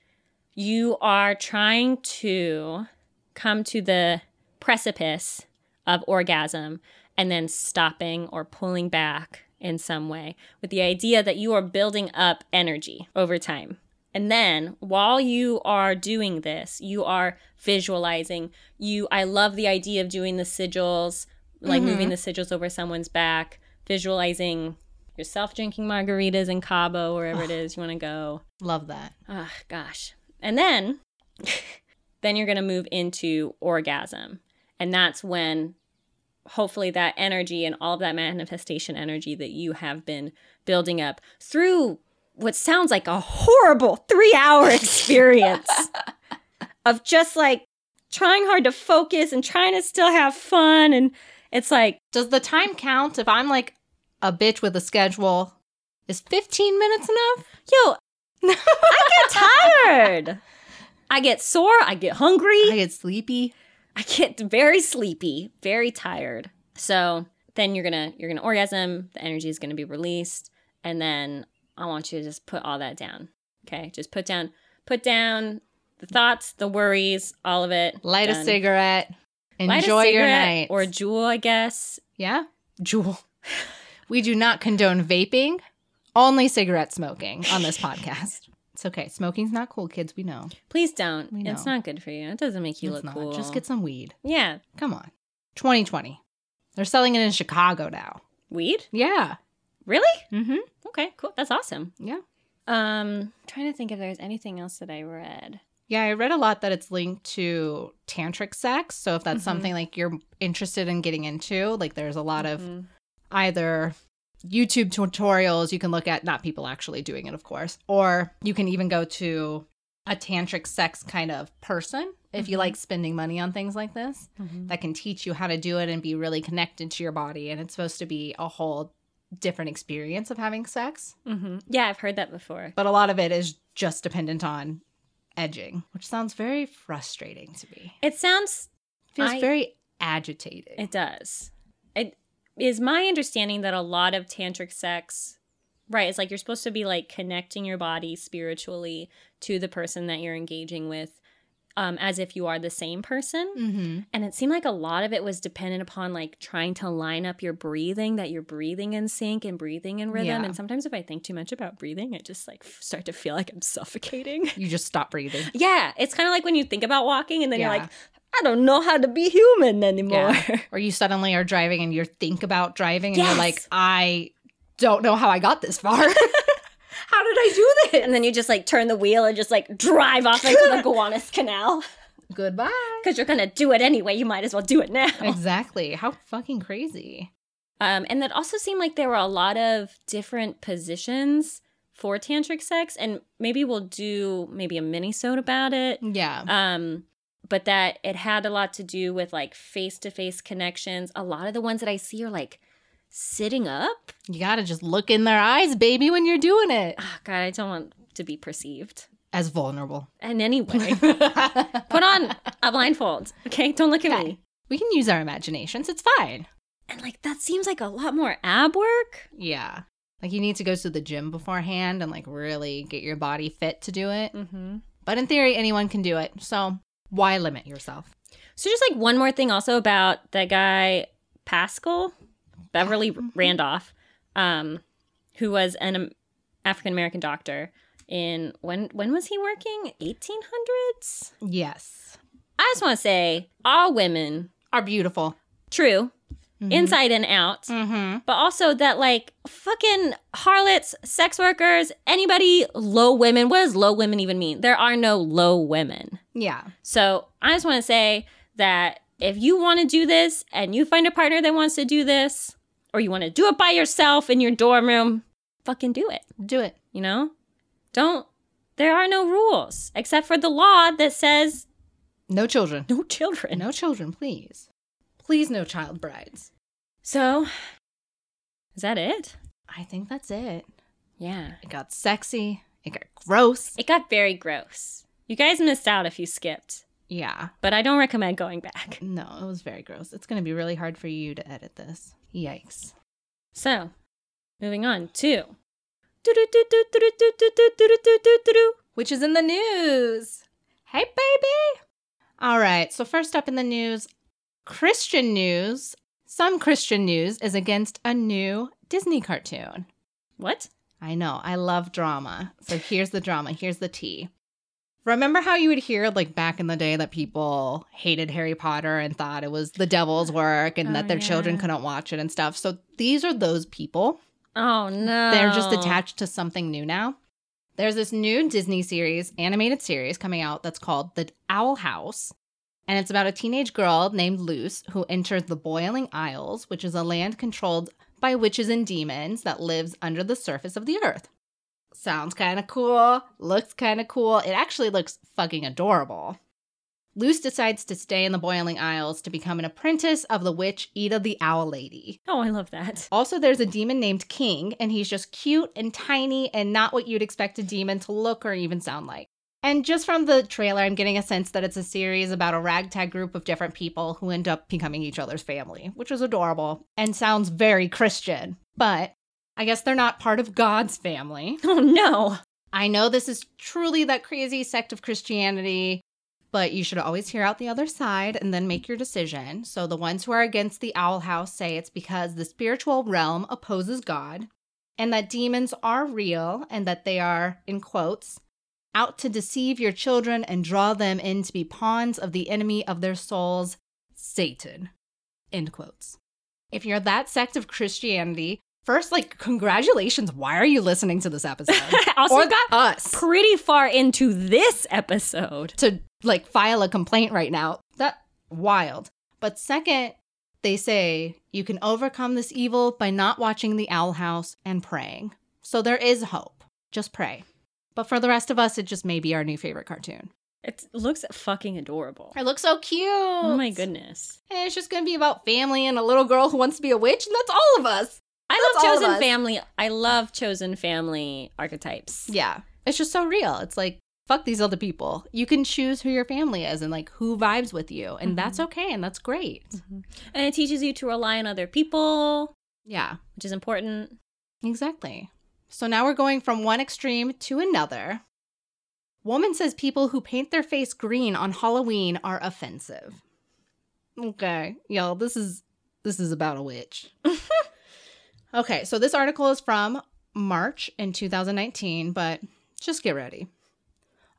A: you are trying to come to the precipice of orgasm and then stopping or pulling back in some way with the idea that you are building up energy over time. And then while you are doing this, you are visualizing. You I love the idea of doing the sigils, like moving the sigils over someone's back, visualizing yourself drinking margaritas in Cabo wherever it is you want to go.
B: Love that.
A: Ah, gosh. And then, then you're going to move into orgasm. And that's when hopefully that energy and all of that manifestation energy that you have been building up through what sounds like a horrible three hour experience of just like trying hard to focus and trying to still have fun. And it's like,
B: Does the time count if I'm like a bitch with a schedule? Is 15 minutes enough?
A: yo, I get tired. I get sore. I get hungry.
B: I get sleepy.
A: I get very sleepy, very tired. So then you're gonna you're gonna orgasm. The energy is gonna be released, and then I want you to just put all that down. Okay, just put down put down the thoughts, the worries, all of it.
B: Light
A: Done.
B: a cigarette. Enjoy
A: Light a
B: your
A: cigarette
B: night.
A: or a jewel, I guess.
B: yeah, jewel. we do not condone vaping, only cigarette smoking on this podcast. It's okay. Smoking's not cool, kids. We know.
A: Please don't.
B: We
A: It's
B: know.
A: not good for you. It doesn't make you
B: It's
A: look
B: not.
A: cool.
B: Just get some weed.
A: yeah
B: Come on. 2020. They're selling it in Chicago now.
A: weed.
B: Yeah.
A: Really?
B: Mm-hmm.
A: Okay, cool. That's awesome.
B: Yeah.
A: Um, trying to think if there's anything else that I read.
B: Yeah, I read a lot that it's linked to tantric sex. So if that's
A: Mhm.
B: something like you're interested in getting into, like there's a lot
A: Mm-hmm.
B: of either YouTube tutorials you can look at, not people actually doing it, of course, or you can even go to a tantric sex kind of person if you
A: Mhm.
B: like spending money on things like this
A: Mm-hmm.
B: that can teach you how to do it and be really connected to your body. And it's supposed to be a whole different experience of having sex.
A: hmm Yeah, I've heard that before.
B: But a lot of it is just dependent on edging, which sounds very frustrating to me.
A: It sounds
B: feels
A: I-
B: very agitated.
A: it does. It is my understanding that a lot of tantric sex right, it's like you're supposed to be like connecting your body spiritually to the person that you're engaging with um as if you are the same person.
B: mm-hmm.
A: And it seemed like a lot of it was dependent upon like trying to line up your breathing that you're breathing in sync and breathing in rhythm
B: Yeah.
A: and sometimes if I think too much about breathing, I just like f- start to feel like I'm suffocating.
B: You just stop breathing.
A: Yeah, it's kind of like when you think about walking and then you're
B: Yeah.
A: like, I don't know how to be human anymore.
B: or you suddenly are driving and you think about driving and
A: Yes.
B: you're like, I don't know how I got this far. how did I do this?
A: and then you just like turn the wheel and just like drive off into the Gowanus Canal
B: Goodbye.
A: because you're going to do it anyway. You might as well do it now.
B: Exactly. How fucking crazy.
A: Um, and that also seemed like there were a lot of different positions for tantric sex. And maybe we'll do maybe a mini-sode about it.
B: Yeah.
A: um but that it had a lot to do with like face-to-face connections a lot of the ones that i see are like sitting up
B: You got to just look in their eyes, baby, when you're doing it.
A: Ah, god i don't want to be perceived
B: As vulnerable.
A: in any way
B: we
A: put on a blindfold okay don't look at me
B: can use our imaginations. It's fine.
A: and like that seems like a lot more ab work
B: Yeah. Like you need to go to the gym beforehand and like really get your body fit to do it.
A: mm-hmm.
B: But in theory, anyone can do it. So why limit yourself?
A: so just like one more thing also about that guy pascal beverly randolph um who was an um, african american doctor in when when was he working 1800s
B: Yes.
A: I just want to say all women,
B: Are beautiful.
A: true, inside and out,
B: Mm-hmm.
A: but also that like fucking harlots, sex workers, anybody low women. What does low women even mean? There are no low women.
B: Yeah.
A: So I just want to say that if you want to do this and you find a partner that wants to do this, or you want to do it by yourself in your dorm room, fucking do it.
B: Do it.
A: You know? Don't, there are no rules except for the law that says
B: No children.
A: no children.
B: No children, please. Please, no child brides.
A: So, is that it?
B: I think that's it.
A: Yeah.
B: It got sexy. It got gross.
A: It got very gross. You guys missed out if you skipped,
B: Yeah.
A: but I don't recommend going back.
B: No, it was very gross. It's going to be really hard for you to edit this. Yikes.
A: So, moving on to. Do-do-do-do-do-do-do-do-do-do-do-do.
B: Which is in the news. Hey, baby. All right. So, first up in the news Christian news. Some Christian news is against a new Disney cartoon.
A: What?
B: I know. I love drama. So here's the drama. Here's the tea. Remember how you would hear, like back in the day, that people hated Harry Potter and thought it was the devil's work and
A: Oh,
B: that their children
A: yeah.
B: couldn't watch it and stuff? So these are those people.
A: Oh no.
B: They're just attached to something new now. There's this new Disney series, animated series coming out that's called The Owl House. And it's about a teenage girl named Luce who enters the Boiling Isles, which is a land controlled by witches and demons that lives under the surface of the earth. Sounds kind of cool, looks kind of cool. It actually looks fucking adorable. Luce decides to stay in the Boiling Isles to become an apprentice of the witch Ida the Owl Lady.
A: Oh, I love that.
B: Also, there's a demon named King, and he's just cute and tiny and not what you'd expect a demon to look or even sound like. And just from the trailer, I'm getting a sense that it's a series about a ragtag group of different people who end up becoming each other's family, which is adorable and sounds very Christian. But I guess they're not part of God's family.
A: Oh no.
B: I know this is truly that crazy sect of Christianity, but you should always hear out the other side and then make your decision. So the ones who are against the owl house say it's because the spiritual realm opposes God and that demons are real and that they are, in quotes, out to deceive your children and draw them in to be pawns of the enemy of their souls, Satan. End quotes. If you're that sect of Christianity, first, like, congratulations. Why are you listening to this episode?
A: Also
B: or
A: got
B: us
A: pretty far into this episode.
B: to like file a complaint right now. That wild. But second, they say you can overcome this evil by not watching the owl house and praying. So there is hope. Just pray. But for the rest of us, it just may be our new favorite cartoon.
A: It looks fucking adorable.
B: It looks so cute.
A: Oh my goodness.
B: And it's just gonna be about family and a little girl who wants to be a witch, and that's all of us.
A: I
B: That's all
A: love
B: of
A: chosen
B: us.
A: family. I love chosen family archetypes.
B: Yeah. It's just so real. It's like, fuck these other people. You can choose who your family is and like who vibes with you.
A: Mm-hmm.
B: And that's okay and that's great.
A: And it teaches you to rely on other people,
B: Yeah.
A: which is important.
B: Exactly. So now we're going from one extreme to another. Woman says people who paint their face green on Halloween are offensive. Okay, y'all, this is this is about a witch. okay, so this article is from March in 2019, but just get ready.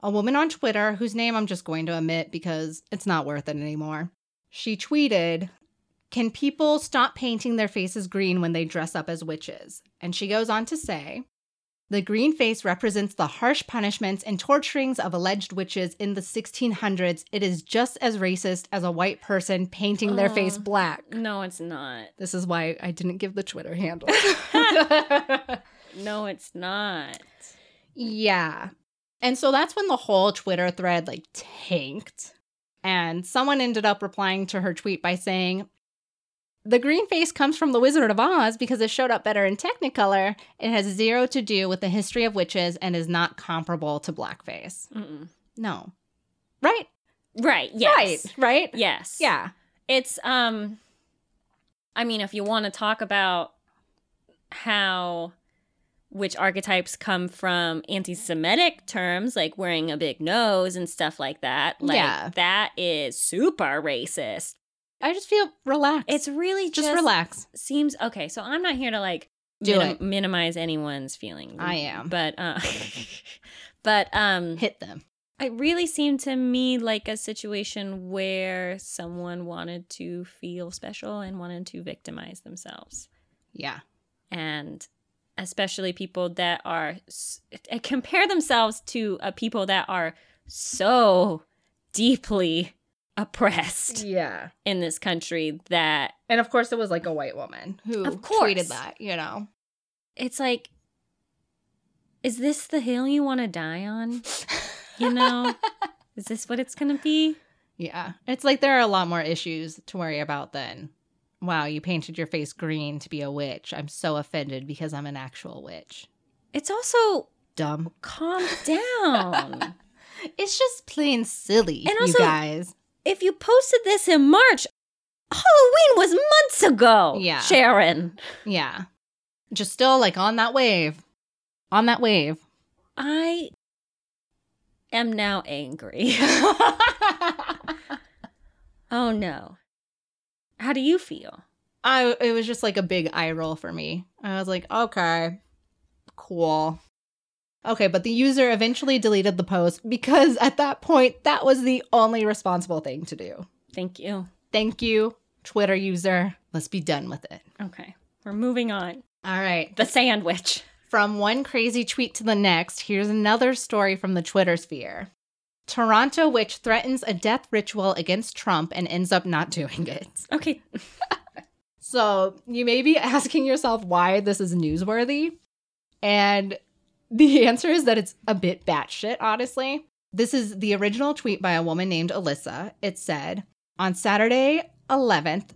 B: A woman on Twitter, whose name I'm just going to omit because it's not worth it anymore. She tweeted, can people stop painting their faces green when they dress up as witches? And she goes on to say, the green face represents the harsh punishments and torturings of alleged witches in the 1600s. It is just as racist as a white person painting their face black.
A: No, it's not.
B: This is why I didn't give the Twitter handle.
A: No, it's not.
B: Yeah. And so that's when the whole Twitter thread like tanked. And someone ended up replying to her tweet by saying, The green face comes from The Wizard of Oz because it showed up better in Technicolor. It has zero to do with the history of witches and is not comparable to blackface.
A: Mm-mm.
B: No. Right?
A: Right. Yes.
B: Right. Right?
A: Yes.
B: Yeah.
A: It's um I mean, if you want to talk about how which archetypes come from anti-Semitic terms, like wearing a big nose and stuff like that, like
B: Yeah.
A: that is super racist.
B: I just feel relaxed.
A: It's really
B: just,
A: just,
B: relax.
A: seems okay. So I'm not here to like
B: Do
A: minim-
B: it.
A: minimize anyone's feelings.
B: I am.
A: but uh, but um,
B: Hit them.
A: it really seemed to me like a situation where someone wanted to feel special and wanted to victimize themselves,
B: Yeah.
A: and especially people that are s- uh, compare themselves to uh, people that are so deeply oppressed
B: Yeah.
A: in this country that
B: And of course, it was like a white woman who
A: Of course.
B: tweeted that, you know?
A: it's like is this the hill you want to die on you know is this what it's gonna be
B: Yeah. It's like there are a lot more issues to worry about than, wow, you painted your face green to be a witch. I'm so offended because I'm an actual witch.
A: it's also
B: Dumb.
A: calm
B: Um.
A: down
B: It's just plain silly,
A: And
B: you
A: also-
B: guys.
A: if you posted this in march halloween was months ago
B: Yeah.
A: sharon
B: Yeah. Just still like on that wave. On that wave.
A: i am now angry oh no how do you feel
B: I it was just like a big eye roll for me. I was like, okay, cool. Okay, but the user eventually deleted the post because at that point that was the only responsible thing to do.
A: thank you
B: Thank you, Twitter user. Let's be done with it.
A: okay we're moving on
B: All right.
A: the sandwich
B: From one crazy tweet to the next, here's another story from the Twitter sphere. Toronto witch threatens a death ritual against Trump and ends up not doing it.
A: Okay.
B: So you may be asking yourself why this is newsworthy. And the answer is that it's a bit batshit, honestly. This is the original tweet by a woman named Alyssa. It said, on Saturday, 11th,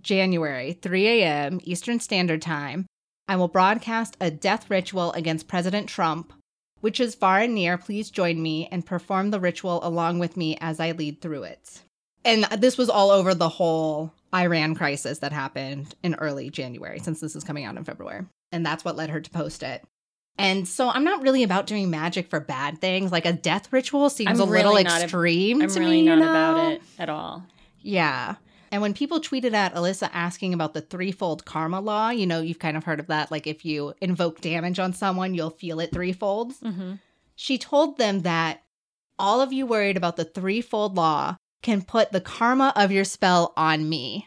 B: January, 3 a.m. Eastern Standard Time, I will broadcast a death ritual against President Trump, which is far and near. Please join me and perform the ritual along with me as I lead through it. And this was all over the whole Iran crisis that happened in early January, since this is coming out in February. And that's what led her to post it. And so I'm not really about doing magic for bad things. Like a death ritual seems
A: I'm
B: a little
A: really not ab-
B: extreme
A: I'm
B: to
A: really
B: me. you
A: not
B: know?
A: about it at all.
B: Yeah. And when people tweeted at Alyssa asking about the threefold karma law, you know, you've kind of heard of that. Like if you invoke damage on someone, you'll feel it threefold.
A: Mm-hmm.
B: She told them that all of you worried about the threefold law can put the karma of your spell on me.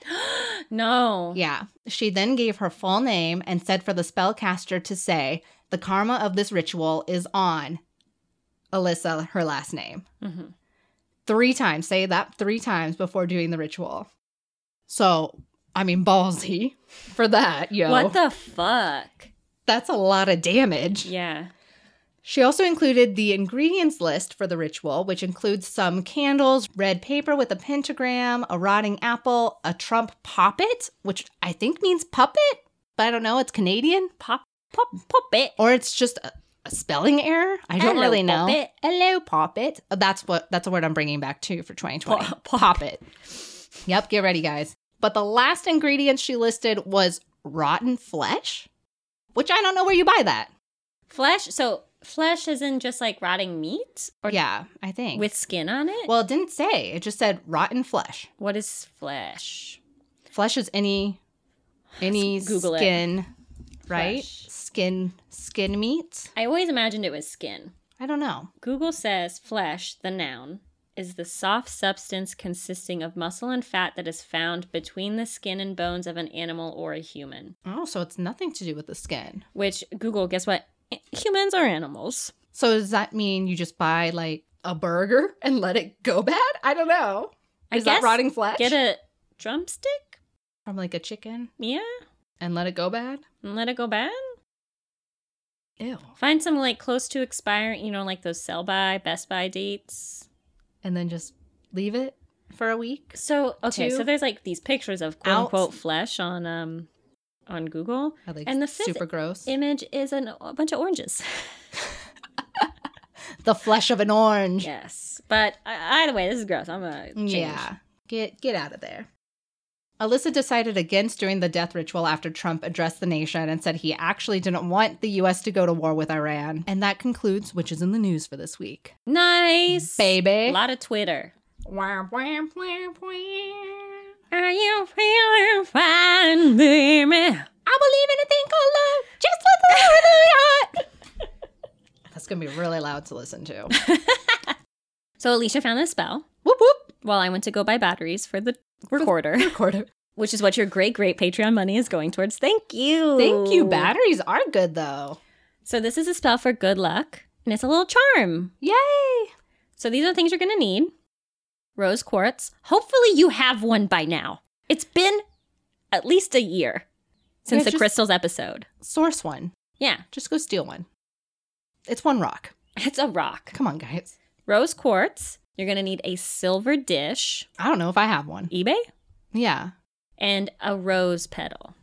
A: No.
B: Yeah. She then gave her full name and said for the spellcaster to say, the karma of this ritual is on Alyssa, her last name
A: Mhm.
B: three times. Say that three times before doing the ritual. So, I mean, ballsy for that, yo.
A: What the fuck?
B: That's a lot of damage.
A: Yeah.
B: She also included the ingredients list for the ritual, which includes some candles, red paper with a pentagram, a rotting apple, a Trump poppet, which I think means puppet, but I don't know. It's Canadian,
A: Pop, pop, pop it.
B: or it's just a, a spelling error. I don't
A: Hello,
B: really know.
A: puppet.
B: Hello, poppet. That's what. That's a word I'm bringing back too for 2020.
A: Pop-
B: poppet. Yep, get ready, guys. But the last ingredient she listed was rotten flesh, which I don't know where you buy that.
A: Flesh. So flesh is in just like rotting meat or
B: yeah, I think.
A: with skin on it.
B: well, it didn't say. It just said rotten flesh.
A: what is flesh?
B: Flesh is any any
A: Google it.
B: skin, right?
A: Flesh.
B: Skin skin meat.
A: I always imagined it was skin.
B: I don't know.
A: Google says flesh, the noun, is the soft substance consisting of muscle and fat that is found between the skin and bones of an animal or a human.
B: Oh, so it's nothing to do with the skin.
A: Which Google, guess what? Humans are animals.
B: So does that mean you just buy like a burger and let it go bad? I don't know.
A: I
B: Is
A: guess
B: that rotting flesh?
A: Get a drumstick,
B: from like a chicken
A: yeah,
B: and let it go bad?
A: and let it go bad.
B: Ew.
A: Find some like close to expire, you know, like those sell by, best by dates.
B: And then just leave it for a week?
A: So okay,
B: Two
A: so there's like these pictures of quote
B: out-
A: unquote flesh on um on Google.
B: I like
A: And the fifth
B: super gross.
A: Image is an, a bunch of oranges.
B: the flesh of an orange. Mm,
A: yes, but uh, either way, this is gross. I'm gonna change.
B: Yeah. Get get out of there. Alyssa decided against doing the death ritual after Trump addressed the nation and said he actually didn't want the US to go to war with Iran. And that concludes which is in the news for this week.
A: nice A
B: Baby.
A: lot of Twitter.
B: Wah, wah, wah, wah.
A: Are you feeling fine, baby?
B: I believe in a thing called love. Just look hallelujah. That's gonna be really loud to listen to.
A: So Alicia found this spell
B: whoop whoop.
A: while I went to go buy batteries for the recorder,
B: Recorder.
A: which is what your great great Patreon money is going towards. Thank you.
B: Thank you. Batteries are good though.
A: So this is a spell for good luck, and it's a little charm.
B: Yay!
A: So these are the things you're going to need rose quartz. Hopefully, you have one by now. It's been at least a year since
B: Yeah,
A: the
B: just-
A: crystals episode.
B: Source one.
A: Yeah,
B: Just go steal one. It's one rock.
A: it's a rock.
B: Come on, guys.
A: Rose quartz. You're going to need a silver dish,
B: I don't know if I have one.
A: eBay,
B: Yeah.
A: and a rose petal.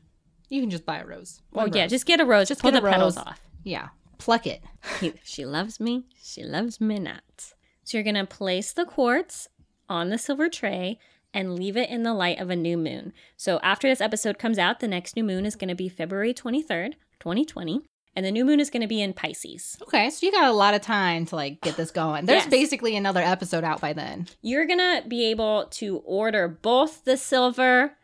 B: You can just buy a rose.
A: Well,
B: One
A: yeah,
B: rose.
A: just get a rose.
B: Just
A: Just pull
B: get
A: the
B: a
A: petals
B: rose.
A: off.
B: yeah. Pluck it.
A: He- she loves me. She loves me not. So you're going to place the quartz on the silver tray and leave it in the light of a new moon. So after this episode comes out, the next new moon is going to be February 23rd, 2020. And the new moon is going to be in Pisces.
B: Okay, so you got a lot of time to like get this going. There's
A: Yes.
B: basically another episode out by then.
A: You're going to be able to order both the silver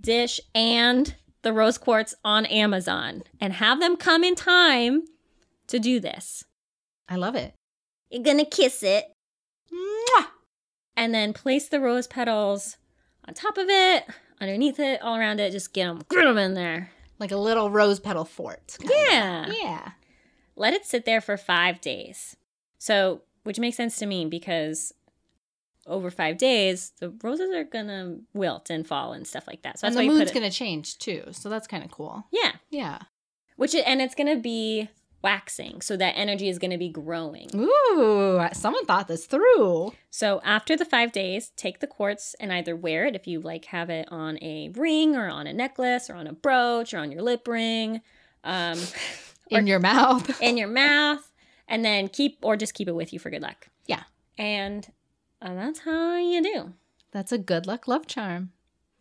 A: dish and the rose quartz on Amazon and have them come in time to do this.
B: I love it.
A: You're going to kiss it.
B: Mwah!
A: and then place the rose petals on top of it, underneath it, all around it. Just get them, in there.
B: Like a little rose petal fort.
A: Yeah.
B: Yeah.
A: Let it sit there for five days. So which makes sense to me because over five days, the roses are gonna wilt and fall and stuff like that. So that's
B: and
A: why
B: the
A: you put
B: moon's
A: it.
B: going to change too. So that's kind of cool.
A: yeah,
B: Yeah.
A: which it, and it's gonna be waxing, so that energy is gonna be growing.
B: Ooh, someone thought this through.
A: So after the five days, take the quartz and either wear it if you like have it on a ring or on a necklace or on a brooch or on your lip ring, um,
B: In your mouth.
A: in your mouth, and then keep or just keep it with you for good luck.
B: Yeah.
A: And uh, that's how you do.
B: That's a good luck love charm.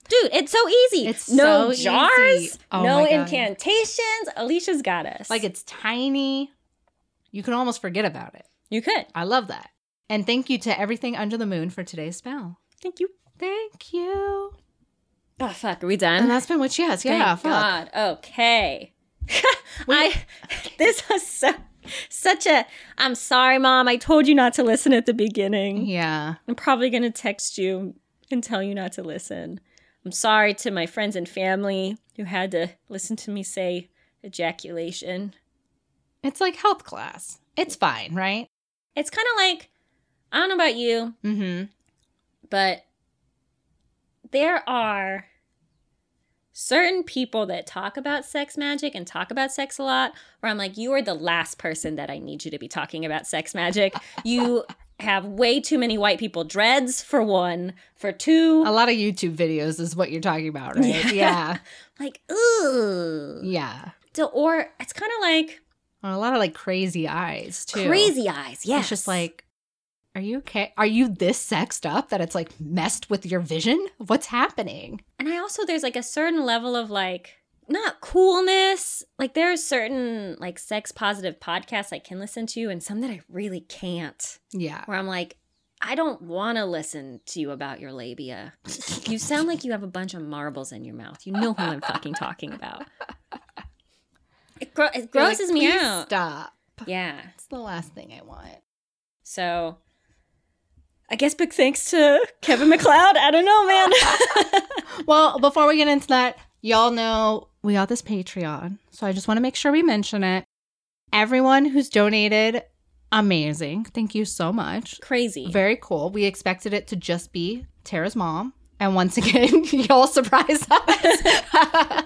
A: Dude, it's so easy.
B: It's
A: no
B: so easy.
A: jars,
B: Oh
A: no
B: my God.
A: incantations. Alicia's got us.
B: Like it's tiny. You can almost forget about it.
A: you could.
B: I love that. And thank you to everything under the moon for today's spell.
A: Thank you.
B: Thank you.
A: Oh fuck, are we done?
B: And that's been what she has.
A: Thank
B: Yeah, fuck.
A: God. Okay. I this was so such a I'm sorry, mom. I told you not to listen at the beginning.
B: Yeah.
A: I'm probably gonna text you and tell you not to listen. I'm sorry to my friends and family who had to listen to me say ejaculation.
B: It's like health class. It's fine, right?
A: It's kind of like I don't know about you,
B: Mm-hmm.
A: but there are certain people that talk about sex magic and talk about sex a lot where I'm like, you are the last person that I need you to be talking about sex magic. You have way too many white people dreads for one, for two.
B: A lot of YouTube videos is what you're talking about, right? Yeah.
A: Like, ooh.
B: yeah.
A: So, or it's kind of like
B: And a lot of like crazy eyes too.
A: crazy eyes. Yeah.
B: It's just like, are you okay? Are you this sexed up that it's like messed with your vision? What's happening?
A: And I also there's like a certain level of like not coolness. Like there are certain like sex positive podcasts I can listen to and some that I really can't.
B: Yeah.
A: Where I'm like, I don't want to listen to you about your labia. You sound like you have a bunch of marbles in your mouth. You know who I'm fucking talking about. It, gro- it
B: You're
A: grosses
B: like,
A: me
B: "Please
A: out.
B: Stop.
A: Yeah.
B: It's the last thing I want.
A: So I guess big thanks to Kevin McLeod. I don't know, man.
B: Well, before we get into that, y'all know we got this Patreon. So I just want to make sure we mention it. Everyone who's donated, amazing. Thank you so much.
A: Crazy.
B: Very cool. We expected it to just be Tara's mom. And once again, y'all surprised us.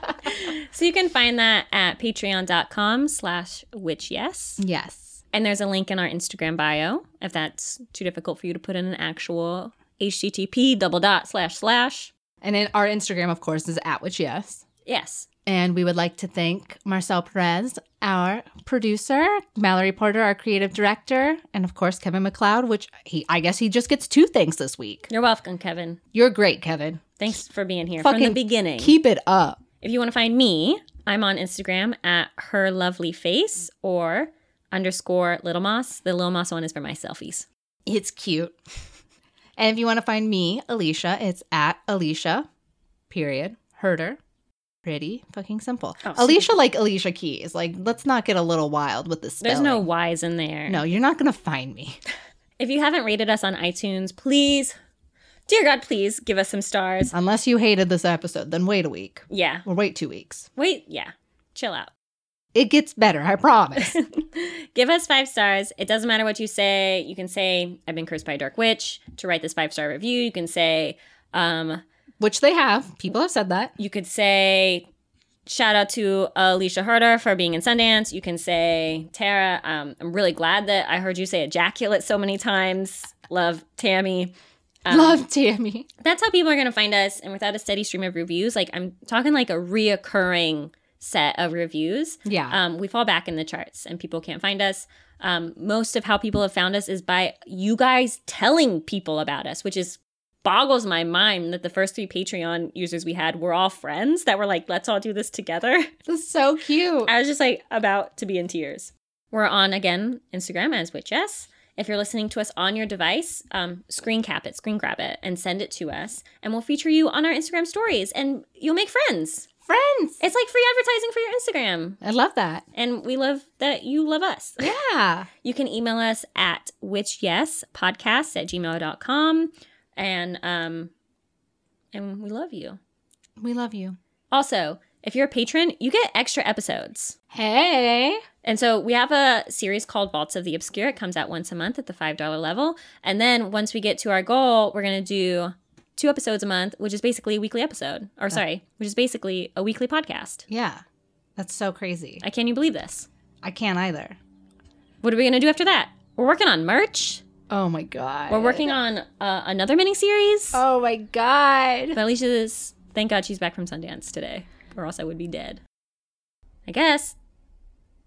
A: So you can find that at patreon.com slash witch yes.
B: yes.
A: And there's a link in our Instagram bio if that's too difficult for you to put in an actual HTTP double dot slash slash.
B: And in our Instagram, of course, is at which yes.
A: Yes.
B: And we would like to thank Marcel Perez, our producer, Mallory Porter, our creative director, and of course Kevin McLeod, which he I guess he just gets two things this week.
A: You're welcome, Kevin.
B: You're great, Kevin.
A: Thanks for being here from
B: Fucking
A: the beginning.
B: Keep it up.
A: if you want to find me, I'm on Instagram at her lovely face or underscore little moss. The little moss one is for my selfies.
B: It's cute. And if you want to find me, Alicia, it's at Alicia, period, herder. Pretty fucking simple.
A: Oh,
B: Alicia like Alicia Keys. Like, let's not get a little wild with this.
A: There's no
B: spelling.
A: Y's in there.
B: No, you're not gonna find me.
A: If you haven't rated us on iTunes, please, dear God, please give us some stars.
B: Unless you hated this episode, then wait a week.
A: Yeah.
B: Or wait two weeks.
A: Wait, yeah. Chill out.
B: It gets better, I promise.
A: Give us five stars. It doesn't matter what you say. You can say, I've been cursed by a dark witch to write this five star review. You can say, um,
B: Which they have. People have said that.
A: you could say, shout out to Alicia Herder for being in Sundance. You can say, Tara, um, I'm really glad that I heard you say ejaculate so many times. Love Tammy. Um,
B: Love Tammy.
A: that's how people are going to find us. And without a steady stream of reviews, like I'm talking like a reoccurring set of reviews,
B: Yeah.
A: um, we fall back in the charts and people can't find us. Um, most of how people have found us is by you guys telling people about us, which is boggles my mind that the first three Patreon users we had were all friends that were like, let's all do this together.
B: this is so cute.
A: I was just like about to be in tears. We're on again Instagram as Witchess. If you're listening to us on your device, um, screen cap it, screen grab it, and send it to us, and we'll feature you on our Instagram stories, and you'll make friends.
B: Friends.
A: It's like free advertising for your Instagram,
B: I love that.
A: and we love that you love us.
B: Yeah.
A: You can email us at witchyespodcast at gmail.com, and um, and we love you.
B: We love you.
A: Also, If you're a patron, you get extra episodes.
B: Hey.
A: And so we have a series called Vaults of the Obscure. It comes out once a month at the $5 level. And then once we get to our goal, we're going to do two episodes a month, which is basically a weekly episode, or sorry, which is basically a weekly podcast.
B: Yeah. That's so crazy.
A: I can't you believe this.
B: I can't either.
A: What are we going to do after that? We're working on merch.
B: Oh my god.
A: We're working on uh, another mini series.
B: Oh my god.
A: But Alicia's, thank God she's back from Sundance today, or else I would be dead. I guess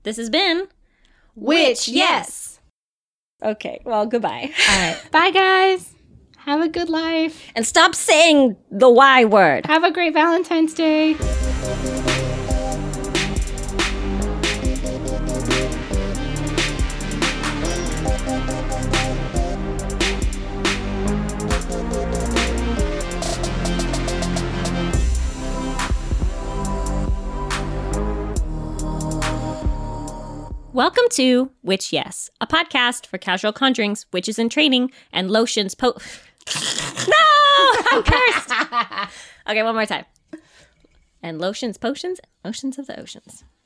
A: this has been.
B: Which, yes.
A: Okay, well, goodbye.
B: All right. Bye guys. Have a good life.
A: And stop saying the Y word.
B: Have a great Valentine's Day.
A: Welcome to Witch Yes, a podcast for casual conjurings, witches in training, and lotions po. no! I'm cursed! okay, one more time. And lotions, potions, oceans of the oceans.